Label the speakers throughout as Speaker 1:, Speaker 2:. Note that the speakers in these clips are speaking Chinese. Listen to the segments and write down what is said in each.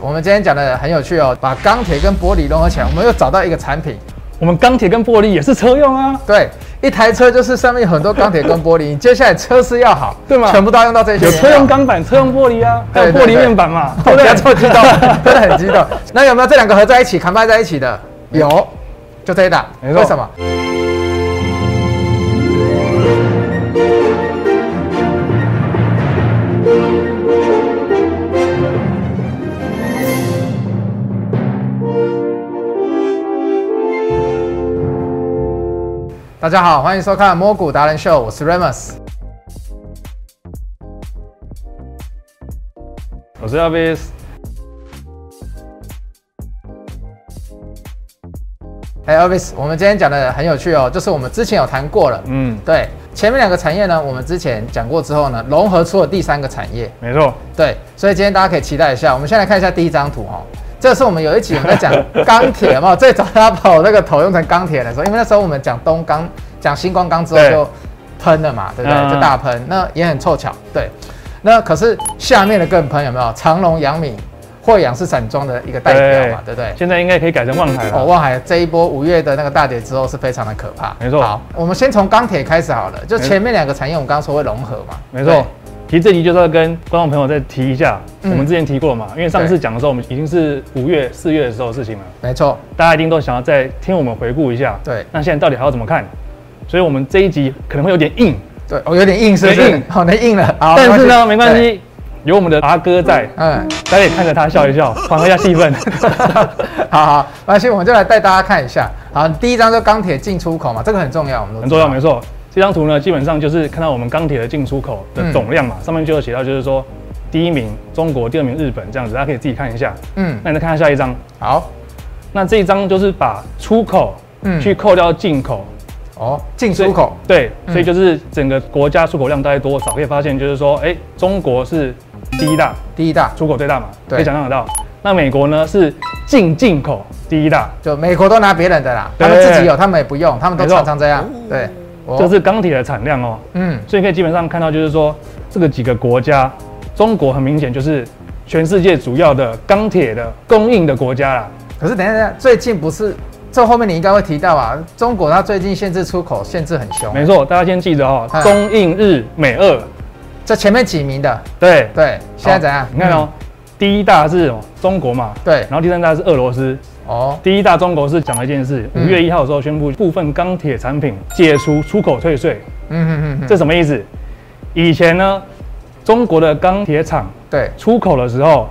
Speaker 1: 我们今天讲的很有趣哦，把钢铁跟玻璃融合起来，我们又找到一个产品。
Speaker 2: 我们钢铁跟玻璃也是车用啊，
Speaker 1: 对，一台车就是上面有很多钢铁跟玻璃，你接下来车是要好，
Speaker 2: 对吗
Speaker 1: 全部都要用到这些。
Speaker 2: 有车用，钢板、车用玻璃啊，还有
Speaker 1: 对对
Speaker 2: 玻
Speaker 1: 啊
Speaker 2: 璃
Speaker 1: 对
Speaker 2: 面板嘛，
Speaker 1: 不
Speaker 2: 对不
Speaker 1: 要
Speaker 2: 对？
Speaker 1: 这么激动， 真的很激动。那有没有这两个合在一起、扛在一起的？有，就这一档。
Speaker 2: 没错
Speaker 1: 为什么？大家好，欢迎收看《摸骨达人秀》，我是 Remus。
Speaker 2: 我是 LVS，
Speaker 1: 哎、e l v i s 我们今天讲的很有趣哦，就是我们之前有谈过了，
Speaker 2: 嗯，
Speaker 1: 对，前面两个产业呢，我们之前讲过之后呢，融合出了第三个产业。
Speaker 2: 没错，
Speaker 1: 对，所以今天大家可以期待一下。我们先来看一下第一张图哦，这是我们有一集我们在讲钢铁嘛，最早大家把我那个头用成钢铁的时候，因为那时候我们讲东钢、讲星光钢之后
Speaker 2: 对
Speaker 1: 就喷了嘛，对不
Speaker 2: 嗯
Speaker 1: 对？就大喷，那也很凑巧。对，那可是下面的更喷有没有？长隆、阳明、惠阳是散装的一个代表嘛，对不对？
Speaker 2: 现在应该可以改成望海
Speaker 1: 哦，
Speaker 2: 了。
Speaker 1: 望海这一波五月的那个大跌之后是非常的可怕。
Speaker 2: 没错
Speaker 1: 好，我们先从钢铁开始好了，就
Speaker 2: 没
Speaker 1: 前面两个产业我们刚刚说会融合嘛。
Speaker 2: 没错，其实这集就是要跟观众朋友再提一下，我
Speaker 1: 嗯
Speaker 2: 们之前提过嘛，因为上次
Speaker 1: 对
Speaker 2: 讲的时候，我们已经是五月、四月的时候的事情了，
Speaker 1: 对，没错，
Speaker 2: 大家一定都想要再听我们回顾一下。
Speaker 1: 对
Speaker 2: 那现在到底还要怎么看？所以我们这一集可能会有点硬，
Speaker 1: 对，哦我、有点硬是不
Speaker 2: 有
Speaker 1: 是
Speaker 2: 点？
Speaker 1: 好，那硬了。好，
Speaker 2: 但是呢，没关。系，有我们的阿哥在，
Speaker 1: 对嗯，
Speaker 2: 大家也看着他笑一笑，缓和一下气氛。
Speaker 1: 嗯好好，没关系，我们就来带大家看一下。好，第一张就钢铁进出口嘛，这个很重要，我们都
Speaker 2: 很
Speaker 1: 知道
Speaker 2: 重要，没错。这张图呢，基本上就是看到我们钢铁的进出口
Speaker 1: 嗯
Speaker 2: 的总量嘛，上面就有写到，就是说第一名中国，第二名日本这样子，大家可以自己看一下。
Speaker 1: 嗯，
Speaker 2: 那你再看一下下一张，
Speaker 1: 好，
Speaker 2: 那这一张就是把出口
Speaker 1: 嗯
Speaker 2: 去扣掉进口，
Speaker 1: 哦，进
Speaker 2: 所以
Speaker 1: 出口，
Speaker 2: 对，
Speaker 1: 嗯
Speaker 2: 所以就是整个国家出口量大概多少，可以发现就是说，哎、中国是第一大，
Speaker 1: 第一大
Speaker 2: 出口最大嘛，
Speaker 1: 对
Speaker 2: 可以想象得到。那美国呢是进进口第一大，
Speaker 1: 就美国都拿别人的啦，
Speaker 2: 对
Speaker 1: 他们自己有，他们也不用，他们都
Speaker 2: 没错
Speaker 1: 常常这样。对，我
Speaker 2: 这是钢铁的产量哦。
Speaker 1: 嗯，
Speaker 2: 所以可以基本上看到，就是说这个几个国家，中国很明显就是全世界主要的钢铁的供应的国家啦。
Speaker 1: 可是等一下，等一下，最近不是这后面你应该会提到啊，中国它最近限制出口限制很凶，
Speaker 2: 没错，大家先记着哦
Speaker 1: 哎，
Speaker 2: 中印日美俄，
Speaker 1: 这前面几名的，
Speaker 2: 对，
Speaker 1: 对，现在怎样嗯
Speaker 2: 好？你看哦，第一大是哦中国嘛，
Speaker 1: 对
Speaker 2: 然后第三大是俄罗斯。
Speaker 1: 嗯，哦，
Speaker 2: 第一大中国是讲了一件事，五
Speaker 1: 嗯
Speaker 2: 月一号的时候宣布部分钢铁产品解除出口退税，
Speaker 1: 嗯嗯嗯，
Speaker 2: 这什么意思？以前呢，中国的钢铁厂
Speaker 1: 对，
Speaker 2: 出口的时候，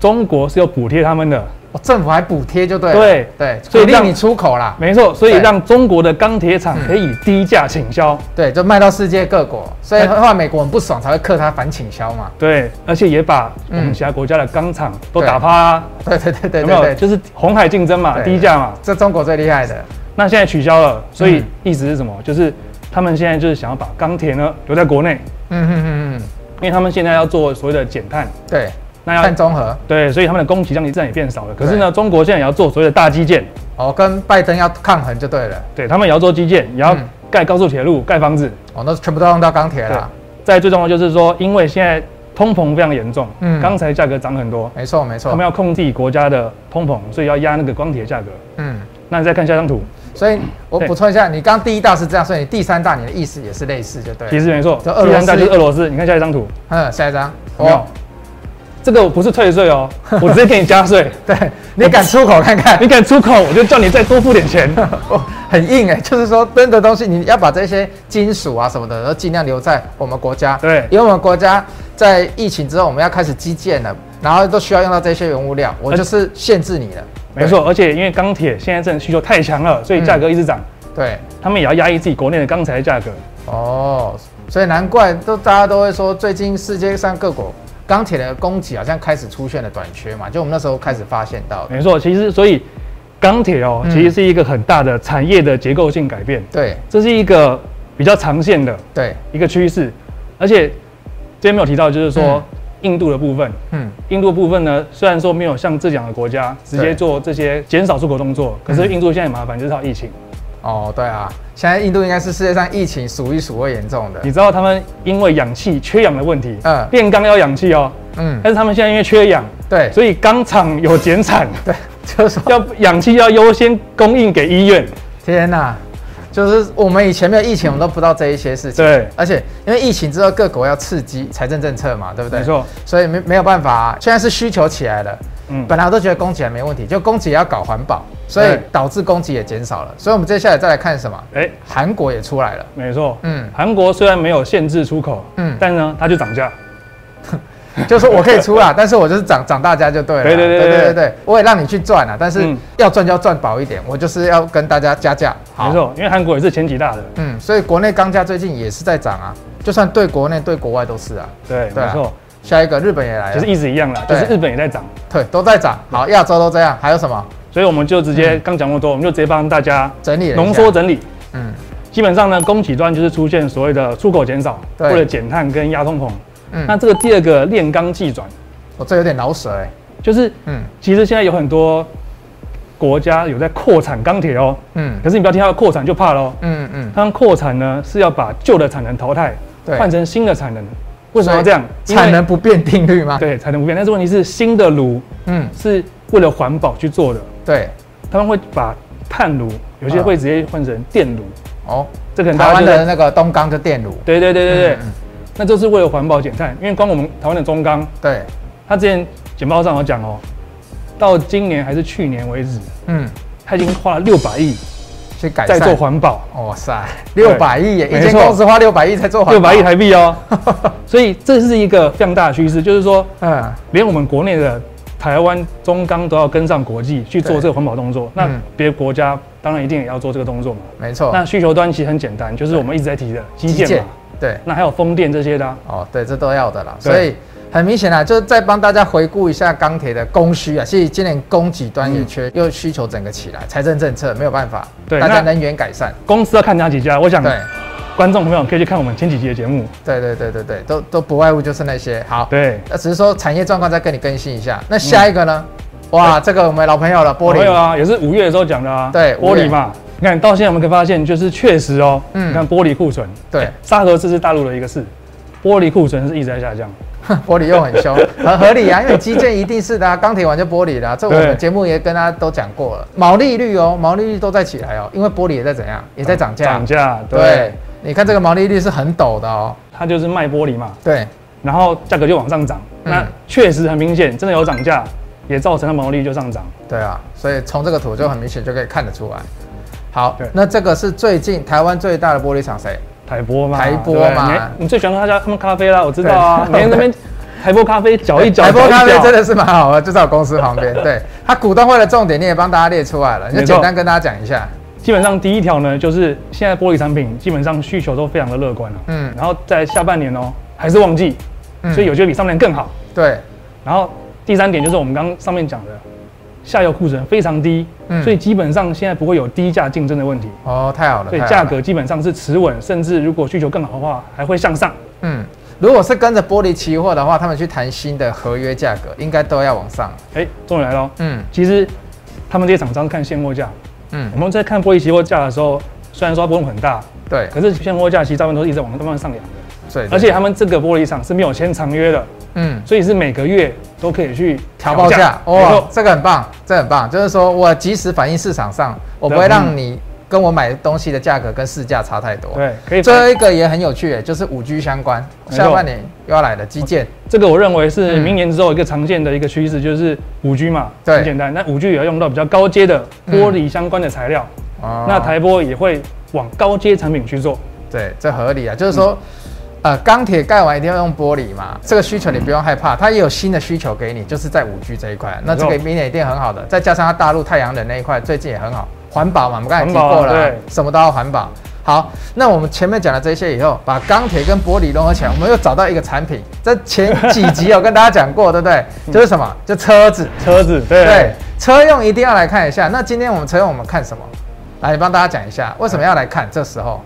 Speaker 2: 中国是有补贴他们的，
Speaker 1: 哦政府还补贴就对了，
Speaker 2: 对
Speaker 1: 对，
Speaker 2: 所以
Speaker 1: 鼓励
Speaker 2: 让
Speaker 1: 你出口啦，
Speaker 2: 没错，所以
Speaker 1: 对
Speaker 2: 让中国的钢铁厂
Speaker 1: 嗯
Speaker 2: 可以低价倾销，
Speaker 1: 对，就卖到世界各国，所以
Speaker 2: 哎
Speaker 1: 后来美国很不爽才会克它反倾销嘛，
Speaker 2: 对，而且也把我
Speaker 1: 嗯
Speaker 2: 们其他国家的钢厂都
Speaker 1: 对
Speaker 2: 打趴啊、
Speaker 1: 对对对对
Speaker 2: 有没有？
Speaker 1: 对对，
Speaker 2: 就是红海竞争嘛，
Speaker 1: 对
Speaker 2: 低价嘛。
Speaker 1: 这中国最厉害的，
Speaker 2: 那现在取消了，所以
Speaker 1: 嗯
Speaker 2: 意思是什么？就是他们现在就是想要把钢铁呢留在国内，
Speaker 1: 嗯嗯嗯嗯，
Speaker 2: 因为他们现在要做所谓的减碳，
Speaker 1: 对，
Speaker 2: 那
Speaker 1: 碳
Speaker 2: 要
Speaker 1: 中和，
Speaker 2: 对，所以他们的供给量自然也变少了。可是呢，中国现在也要做所谓的大基建，
Speaker 1: 哦，跟拜登要抗衡就对了，
Speaker 2: 对他们也要做基建，也要
Speaker 1: 嗯啊
Speaker 2: 盖高速铁路、盖房子。
Speaker 1: 哦，那全部都用到钢铁
Speaker 2: 对
Speaker 1: 啦，，
Speaker 2: 再最重要就是说，因为现在通膨非常严重，
Speaker 1: 嗯
Speaker 2: 钢材价格涨很多，
Speaker 1: 没错没
Speaker 2: 他
Speaker 1: 错
Speaker 2: 们，要控制国家的通膨，所以要压那个钢铁价格。
Speaker 1: 嗯。
Speaker 2: 那你再看下张图，
Speaker 1: 所以我
Speaker 2: 对
Speaker 1: 补充一下，你刚第一大是这样，所以你第三大你的意思也是类似，就对
Speaker 2: 其
Speaker 1: 了。
Speaker 2: 实没错，
Speaker 1: 哎这俄罗斯
Speaker 2: 第三大就是俄罗斯。你看下一张图，
Speaker 1: 嗯，下一张，
Speaker 2: 有没有
Speaker 1: 哦，？
Speaker 2: 这个我不是退税 哦，我直接给你加税。
Speaker 1: 对， 你敢出口看看
Speaker 2: 你，敢出口，我就叫你再多付点钱。
Speaker 1: 哦，很硬哎， 就是说真的东西，你要把这些金属啊什么的，都尽量留在我们国家。
Speaker 2: 对
Speaker 1: 因为我们国家在疫情之后，我们要开始基建了，然后都需要用到这些原物料，我就是限制你了。
Speaker 2: 没错，而且因为钢铁现在真的需求太强了，所以价格一直涨，
Speaker 1: 对，
Speaker 2: 他们也要压抑自己国内的钢材价格。
Speaker 1: 哦，所以难怪都大家都会说，最近世界上各国钢铁的供给好像开始出现了短缺嘛，就我们那时候开始发现到的。
Speaker 2: 没错，其实所以钢铁哦，
Speaker 1: 嗯
Speaker 2: 其实是一个很大的产业的结构性改变，
Speaker 1: 对
Speaker 2: 这是一个比较长线的
Speaker 1: 对，
Speaker 2: 一个趋势。而且这边没有提到，就是说印度的部分，
Speaker 1: 嗯。
Speaker 2: 印度部分呢，虽然说没有像这两个国家直接
Speaker 1: 对
Speaker 2: 做这些减少出口动作，可是
Speaker 1: 嗯
Speaker 2: 印度现在也麻烦，就是它有疫情。
Speaker 1: 哦，对啊，现在印度应该是世界上疫情数一数二严重的
Speaker 2: 你。知道他们因为氧气缺氧的问题，
Speaker 1: 嗯
Speaker 2: 炼钢要氧气哦，
Speaker 1: 嗯
Speaker 2: 嗯，但是他们现在因为缺氧，
Speaker 1: 对，
Speaker 2: 所以钢厂有减产，
Speaker 1: 对，就是说
Speaker 2: 要氧气要优先供应给医院。
Speaker 1: 天哪、就是我们以前没有疫情，我们都不知道这一些事情。
Speaker 2: 对
Speaker 1: 而且因为疫情之后，各国要刺激财政政策嘛，对不对？
Speaker 2: 没错，
Speaker 1: 所以没没有办法、啊现在是需求起来了。
Speaker 2: 嗯
Speaker 1: 本来我都觉得供给还没问题，就供给也要搞环保，所以
Speaker 2: 对
Speaker 1: 导致供给也减少了。所以我们接下来再来看什么？
Speaker 2: 哎、
Speaker 1: 韩国也出来了，
Speaker 2: 没错，
Speaker 1: 嗯
Speaker 2: 嗯，韩国虽然没有限制出口，
Speaker 1: 嗯
Speaker 2: 嗯，但呢，它就涨价，
Speaker 1: 就是我可以出啦，啊但是我就是涨涨大家就对了。啊
Speaker 2: 对对对
Speaker 1: 对
Speaker 2: 对
Speaker 1: 对对我也让你去赚啊，但是
Speaker 2: 嗯
Speaker 1: 要赚就要赚薄一点，我就是要跟大家加价。好
Speaker 2: 没错，因为韩国也是前几大的，
Speaker 1: 嗯，所以国内钢价最近也是在涨啊，就算对国内对国外都是啊。
Speaker 2: 对，
Speaker 1: 对啊
Speaker 2: 没错，
Speaker 1: 下一个日本也来
Speaker 2: 其实
Speaker 1: 了，
Speaker 2: 一直一样啦，就
Speaker 1: 对
Speaker 2: 是日本也在涨，
Speaker 1: 对，都在涨。好，亚洲都这样，还有什么
Speaker 2: 所以我们就直
Speaker 1: 嗯
Speaker 2: 接刚讲那么多，我们就直接帮大家
Speaker 1: 整理了一下
Speaker 2: 浓缩，整理。
Speaker 1: 嗯
Speaker 2: 基本上呢，供给端就是出现所谓的出口减少，
Speaker 1: 对
Speaker 2: 为了减碳跟压通膨。那
Speaker 1: 嗯，
Speaker 2: 这个第二个炼钢技转，
Speaker 1: 我这有点老舍哎、
Speaker 2: 就是
Speaker 1: 嗯
Speaker 2: 其实现在有很多国家有在扩产钢铁哦，
Speaker 1: 嗯
Speaker 2: 可是你不要听到扩产就怕喽。
Speaker 1: 嗯嗯，
Speaker 2: 它扩产呢是要把旧的产能淘汰，
Speaker 1: 对，
Speaker 2: 换成新的产能。为什么要这样？因为
Speaker 1: 产能不变定律吗？，
Speaker 2: 对产能不变，但是问题是新的炉
Speaker 1: 嗯
Speaker 2: 是为了环保去做的，
Speaker 1: 对，
Speaker 2: 他们会把碳炉有些
Speaker 1: 嗯
Speaker 2: 会直接换成电炉，
Speaker 1: 哦，
Speaker 2: 这可能
Speaker 1: 台
Speaker 2: 大家
Speaker 1: 湾
Speaker 2: 就在
Speaker 1: 的那个东钢就电炉，
Speaker 2: 对对对对对，
Speaker 1: 嗯嗯
Speaker 2: 那就是为了环保减碳，因为光我们台湾的中钢，
Speaker 1: 对，
Speaker 2: 它之前简报上有讲哦，到今年还是去年为止，
Speaker 1: 嗯，
Speaker 2: 它已经花了六百亿
Speaker 1: 去改
Speaker 2: 在
Speaker 1: 善。
Speaker 2: 做环保，
Speaker 1: 哇塞，六百亿耶！一
Speaker 2: 没
Speaker 1: 间
Speaker 2: 错
Speaker 1: 公司花六百亿才做环
Speaker 2: 六
Speaker 1: 保
Speaker 2: 百亿，台币 哦，所以这是一个非常大的趋势，就是说
Speaker 1: 嗯，
Speaker 2: 连我们国内的台湾中钢都要跟上国际去做这个环保动作，那
Speaker 1: 嗯
Speaker 2: 别的国家当然一定也要做这个动作嘛。
Speaker 1: 没错，
Speaker 2: 那需求端其实很简单，就是我们一直在提的基
Speaker 1: 基
Speaker 2: 建
Speaker 1: 建
Speaker 2: 嘛，
Speaker 1: 对，
Speaker 2: 那还有风电这些的啊、
Speaker 1: 哦，对，这都要的啦。
Speaker 2: 对
Speaker 1: 所以很明显啦，啊就是再帮大家回顾一下钢铁的供需啊。其实今年供给端也缺，又需求整个起来，财政政策没有办法，
Speaker 2: 嗯对
Speaker 1: 大家
Speaker 2: 那
Speaker 1: 能源改善，
Speaker 2: 公司要看哪几家？我想
Speaker 1: 对，
Speaker 2: 观众朋友可以去看我们前几集的节目。
Speaker 1: 对对对对对，都都不外乎就是那些好。
Speaker 2: 对，嗯
Speaker 1: 那只是说产业状况再跟你更新一下。那下一个呢？哇，这个我们老朋友了，玻
Speaker 2: 还有
Speaker 1: 璃。
Speaker 2: 啊，也是五月的时候讲的啊。
Speaker 1: 对五
Speaker 2: 玻
Speaker 1: 月
Speaker 2: 璃嘛，你看到现在我们可以发现，就是确实哦，
Speaker 1: 嗯
Speaker 2: 你看玻璃库存，
Speaker 1: 对，
Speaker 2: 沙河这是大陆的一个事，玻璃库存是一直在下降。
Speaker 1: 玻璃又很 凶，很合理啊，因为基建一定是的啊，钢铁完就玻璃的啊、这我们
Speaker 2: 对
Speaker 1: 节目也跟大家都讲过了。毛利率哦，毛利率都在起来哦，因为玻璃也在怎样，也在涨价
Speaker 2: 涨。价，
Speaker 1: 对
Speaker 2: 对，，
Speaker 1: 你看这个毛利率是很陡的哦。
Speaker 2: 它就是卖玻璃嘛，
Speaker 1: 对，
Speaker 2: 然后价格就往上涨。
Speaker 1: 嗯
Speaker 2: 那确实很明显，真的有涨价，也造成它毛利率就上涨。
Speaker 1: 对啊，所以从这个图就很明显就可以看得出来。好
Speaker 2: 对，
Speaker 1: 那这个是最近台湾最大的玻璃厂谁？
Speaker 2: 台波嘛，
Speaker 1: 台玻
Speaker 2: 对不对
Speaker 1: 嘛
Speaker 2: 你还你最喜欢喝他家他们咖啡啦，我知道啊，
Speaker 1: 对
Speaker 2: 每天那边台波咖啡搅一搅，
Speaker 1: 台
Speaker 2: 搅
Speaker 1: 玻
Speaker 2: 一
Speaker 1: 咖啡
Speaker 2: 搅
Speaker 1: 真的是蛮好的，就在我公司旁边。对，它股东会的重点你也帮大家列出来了，你就
Speaker 2: 没错
Speaker 1: 简单跟大家讲一下。
Speaker 2: 基本上第一条呢，就是现在玻璃产品基本上需求都非常的乐观了、
Speaker 1: 嗯
Speaker 2: 嗯，然后在下半年哦，还是旺季，
Speaker 1: 嗯
Speaker 2: 所以有些比上半年更好。
Speaker 1: 对，
Speaker 2: 然后第三点就是我们刚刚上面讲的，下游库存非常低，
Speaker 1: 嗯
Speaker 2: 所以基本上现在不会有低价竞争的问题，
Speaker 1: 哦，太好了，
Speaker 2: 所以
Speaker 1: 太好
Speaker 2: 价
Speaker 1: 了
Speaker 2: 格基本上是持稳，甚至如果需求更好的话，还会向上。
Speaker 1: 嗯，如果是跟着玻璃期货的话，他们去谈新的合约价格，应该都要往上。
Speaker 2: 哎，终于来了，
Speaker 1: 嗯
Speaker 2: 其实他们这些厂商看现货价，
Speaker 1: 嗯
Speaker 2: 我，们在看玻璃期货价的时候，虽然说它波动很大，
Speaker 1: 对，
Speaker 2: 可是现货价其实大部分都是一直往慢慢上扬的，
Speaker 1: 所以
Speaker 2: 而且他们这个玻璃厂是没有签长约的。
Speaker 1: 嗯，
Speaker 2: 所以是每个月都可以去
Speaker 1: 调报价，
Speaker 2: 没
Speaker 1: 哇
Speaker 2: 错，，
Speaker 1: 这个很棒，这很棒，就是说我及时反映市场上，我不会
Speaker 2: 对
Speaker 1: 让你跟我买东西的价格跟市价差太多。，
Speaker 2: 对，可以反。
Speaker 1: 这一个也很有趣耶，就是五 G 相关，
Speaker 2: 没错
Speaker 1: 下半年又要来了，基建，
Speaker 2: 这个我认为是
Speaker 1: 嗯
Speaker 2: 明年之后一个常见的一个趋势，就是五 G 嘛，
Speaker 1: 对
Speaker 2: 很简单。那五 G 也要用到比较高阶的玻璃相关的材料，
Speaker 1: 哦
Speaker 2: 那台玻也会往高阶产品去做。
Speaker 1: 对，这合理啊，就是说。
Speaker 2: 嗯
Speaker 1: 呃，钢铁盖完一定要用玻璃嘛，这个需求你不用害怕，它也有新的需求给你，就是在五 G 这一块，那这个
Speaker 2: 没错
Speaker 1: 明年一定很好的，再加上它大陆太阳能那一块最近也很好，环保嘛，我们刚才提
Speaker 2: 环保
Speaker 1: 过了啊、
Speaker 2: 对
Speaker 1: 什么都要环保。好，那我们前面讲了这些以后，把钢铁跟玻璃融合起来，我们又找到一个产品，这前几集有跟大家讲过，对不 对？就是什么？就车子，
Speaker 2: 车子，嗯对，
Speaker 1: 对，车用一定要来看一下。那今天我们车用我们看什么？来，你帮大家讲一下为什么要来看这时候。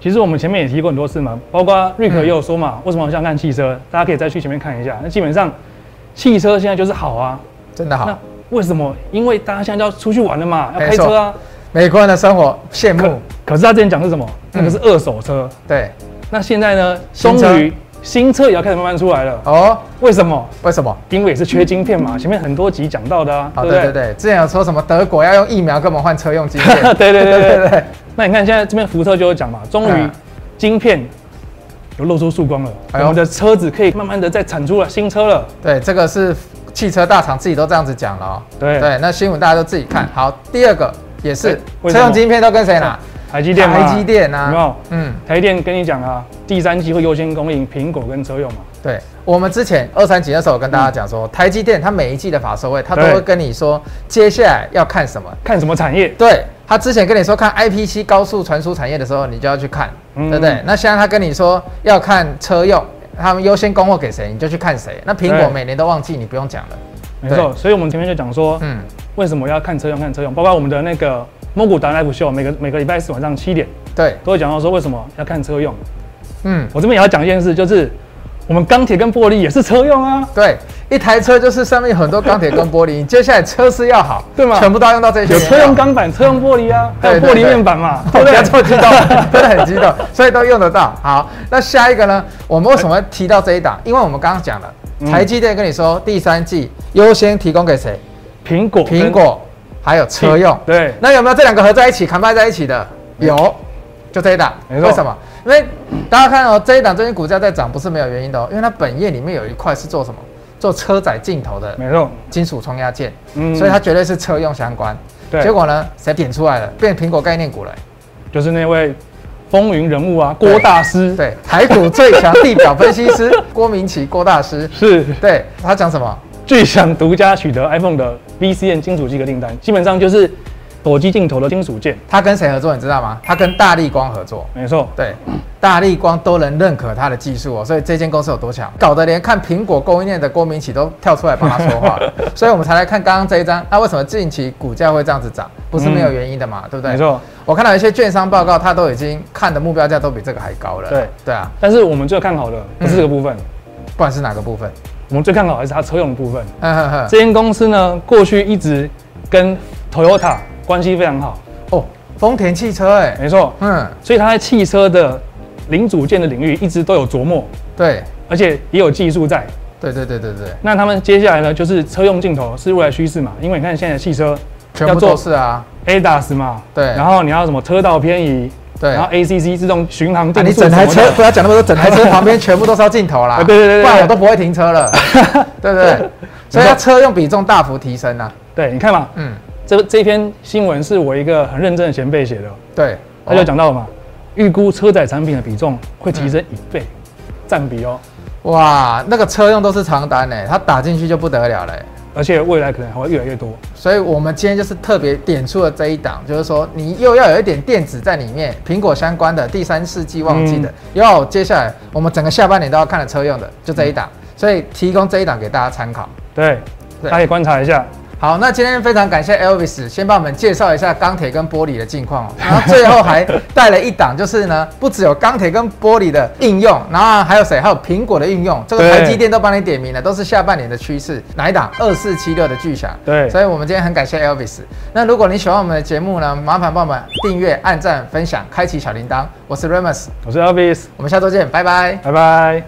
Speaker 2: 其实我们前面也提过很多次嘛，包括瑞克也有说嘛，为什么我想看汽车？大家可以再去前面看一下。那基本上汽车现在就是好啊，
Speaker 1: 真的好
Speaker 2: 那，为什么？因为大家现在要出去玩了嘛，要
Speaker 1: 没
Speaker 2: 开
Speaker 1: 错
Speaker 2: 车啊。
Speaker 1: 美国人的生活羡
Speaker 2: 可
Speaker 1: 慕。嗯
Speaker 2: 可是他之前讲的是什么？那个是二手车，
Speaker 1: 对，
Speaker 2: 那现在呢？
Speaker 1: 新车
Speaker 2: 终于新车也要开始慢慢出来了。
Speaker 1: 哦，
Speaker 2: 为什么？
Speaker 1: 为什么？
Speaker 2: 因为也是缺晶片嘛，前面很多集讲到的啊，
Speaker 1: 哦，
Speaker 2: 对
Speaker 1: 对
Speaker 2: 不
Speaker 1: 嗯对
Speaker 2: 对？
Speaker 1: 对，之前有说什么德国要用疫苗跟我们换车用晶片
Speaker 2: ，对对对 对
Speaker 1: 对，
Speaker 2: 那你看现在这边福特就有讲嘛，终于
Speaker 1: 嗯
Speaker 2: 晶片有露出曙光了，
Speaker 1: 哎
Speaker 2: 我
Speaker 1: 呦
Speaker 2: 们的车子可以慢慢的再产出了新车了。
Speaker 1: 对，这个是汽车大厂自己都这样子讲了哦。
Speaker 2: 对
Speaker 1: 对，那新闻大家都自己看好。第二个也是
Speaker 2: 哎为什
Speaker 1: 车
Speaker 2: 么
Speaker 1: 用晶片都跟谁拿？
Speaker 2: 台积电嘛，
Speaker 1: 台积电啊
Speaker 2: 有没有？
Speaker 1: 嗯，
Speaker 2: 台积电跟你讲啊，第三季会优先供应苹果跟车用嘛。
Speaker 1: 对，我们之前二三集的时候有跟大家讲说，台积电它每一季的法收会，它都
Speaker 2: 嗯对
Speaker 1: 会跟你说接下来要看什么。
Speaker 2: 看什么产业？
Speaker 1: 对，它之前跟你说看 IPC 高速传输产业的时候，你就要去看，
Speaker 2: 嗯
Speaker 1: 对不对？那现在它跟你说要看车用，他们优先供货给谁，你就去看谁。那苹果
Speaker 2: 对
Speaker 1: 每年都忘记，你不用讲了。
Speaker 2: 没错，所以我们前面就讲说，
Speaker 1: 嗯，
Speaker 2: 为什么要看车用看车用，包括我们的那个蒙古达人 live show，每个每个礼拜四晚上七点
Speaker 1: 对，
Speaker 2: 都会讲到说为什么要看车用。
Speaker 1: 嗯。
Speaker 2: 我这边也要讲一件事，就是我们钢铁跟玻璃也是车用啊。
Speaker 1: 对，一台车就是上面有很多钢铁跟玻璃，你接下来车是要好，
Speaker 2: 对嘛
Speaker 1: 全部都要用到这些
Speaker 2: 有
Speaker 1: 原料。
Speaker 2: 车用钢板、车用玻璃啊，还有
Speaker 1: 对对
Speaker 2: 玻 璃
Speaker 1: 对
Speaker 2: 面板嘛，
Speaker 1: 哦，
Speaker 2: 对
Speaker 1: 不
Speaker 2: 不对
Speaker 1: 要？这么激 动， 真的很激动，所以都用得到。好，那下一个呢？我们为什么会提到这一档？因为我们刚刚讲了，
Speaker 2: 嗯
Speaker 1: 台积电跟你说第三季优先提供给谁？
Speaker 2: 苹果跟
Speaker 1: 苹果还有车用。
Speaker 2: 对，
Speaker 1: 那有没有这两个合在一起、砍掰在一起的？有，就这一档。
Speaker 2: 没错
Speaker 1: 为什么？因为大家看哦，这一档最近股价在涨，不是没有原因的哦，因为它本业里面有一块是做什么？做车载镜头的
Speaker 2: 没错，
Speaker 1: 金属冲压件，
Speaker 2: 嗯
Speaker 1: 所以它绝对是车用相关。
Speaker 2: 对
Speaker 1: 结果呢，谁点出来了？变苹果概念股了、
Speaker 2: 就是那位风云人物啊，郭大师，
Speaker 1: 对，台股最强地表分析师 郭明奇郭大师，
Speaker 2: 是
Speaker 1: 对他讲什么？
Speaker 2: 最想独家取得 iPhone 的 VCN 金属机壳订单，基本上就是手机镜头的金属件，
Speaker 1: 他跟谁合作？你知道吗？他跟大力光合作。
Speaker 2: 没错，
Speaker 1: 对，大力光都能认可他的技术哦，所以这间公司有多强，搞得连看苹果供应链的郭明奇都跳出来帮他说话了， 所以我们才来看刚刚这一张，啊那、为什么近期股价会这样子涨？不是没有原因的嘛，对不对？
Speaker 2: 嗯没错。
Speaker 1: 我看到一些券商报告，他都已经看的目标价都比这个还高了。
Speaker 2: 对
Speaker 1: 对啊，
Speaker 2: 但是我们最看好的不是这个部分，
Speaker 1: 嗯不管是哪个部分，
Speaker 2: 我们最看好还是它车用的部分。
Speaker 1: 嗯哼哼，
Speaker 2: 这间公司呢，过去一直跟 Toyota 关系非常好，
Speaker 1: 哦，丰田汽车哎、
Speaker 2: 没错，
Speaker 1: 嗯，
Speaker 2: 所以它在汽车的零组件的领域一直都有琢磨，
Speaker 1: 对，
Speaker 2: 而且也有技术在。
Speaker 1: 对对对对对，
Speaker 2: 那他们接下来呢，就是车用镜头是未来趋势嘛，因为你看现在的汽车
Speaker 1: 全部都是啊，
Speaker 2: ADAS 嘛，
Speaker 1: 对
Speaker 2: 然后你要什么车道偏移，
Speaker 1: 对
Speaker 2: 然后 ACC 自动巡航
Speaker 1: 啊，
Speaker 2: 定
Speaker 1: 你
Speaker 2: 速什
Speaker 1: 整
Speaker 2: 么的、
Speaker 1: 台车不要讲那么多，整台 车旁边全部都是要镜头啦。
Speaker 2: 啊对对对对
Speaker 1: 不然我都不会停车 了，对不对？所以它车用比重大幅提升啊。
Speaker 2: 对，你看嘛，
Speaker 1: 嗯，
Speaker 2: 这这篇新闻是我一个很认真的前辈写的，哦
Speaker 1: 对，
Speaker 2: 他就讲到了嘛，预估车载产品的比重会提升一倍，占比哦，
Speaker 1: 哇，那个车用都是长单呢，它打进去就不得了嘞。
Speaker 2: 而且未来可能还会越来越多。
Speaker 1: 所以我们今天就是特别点出了这一档，就是说你又要有一点电子在里面，苹果相关的第三世纪旺季的，
Speaker 2: 嗯
Speaker 1: 又要有接下来我们整个下半年都要看的车用的，就这一
Speaker 2: 嗯
Speaker 1: 档，所以提供这一档给大家参考。
Speaker 2: 对，
Speaker 1: 对
Speaker 2: 大家可以观察一下。
Speaker 1: 好，那今天非常感谢 Elvis 先帮我们介绍一下钢铁跟玻璃的近况哦，然后最后还带了一档，就是呢，不只有钢铁跟玻璃的应用，然后还有谁？还有苹果的应用，这个
Speaker 2: 对
Speaker 1: 台积电都帮你点名了，都是下半年的趋势。哪一档？二四七六的巨响。
Speaker 2: 对
Speaker 1: 所以我们今天很感谢 Elvis。那如果你喜欢我们的节目呢，麻烦帮我们订阅、按赞、分享、开启小铃铛。我是 Remus，
Speaker 2: 我是 Elvis，
Speaker 1: 我们下周见，拜拜。
Speaker 2: 拜拜。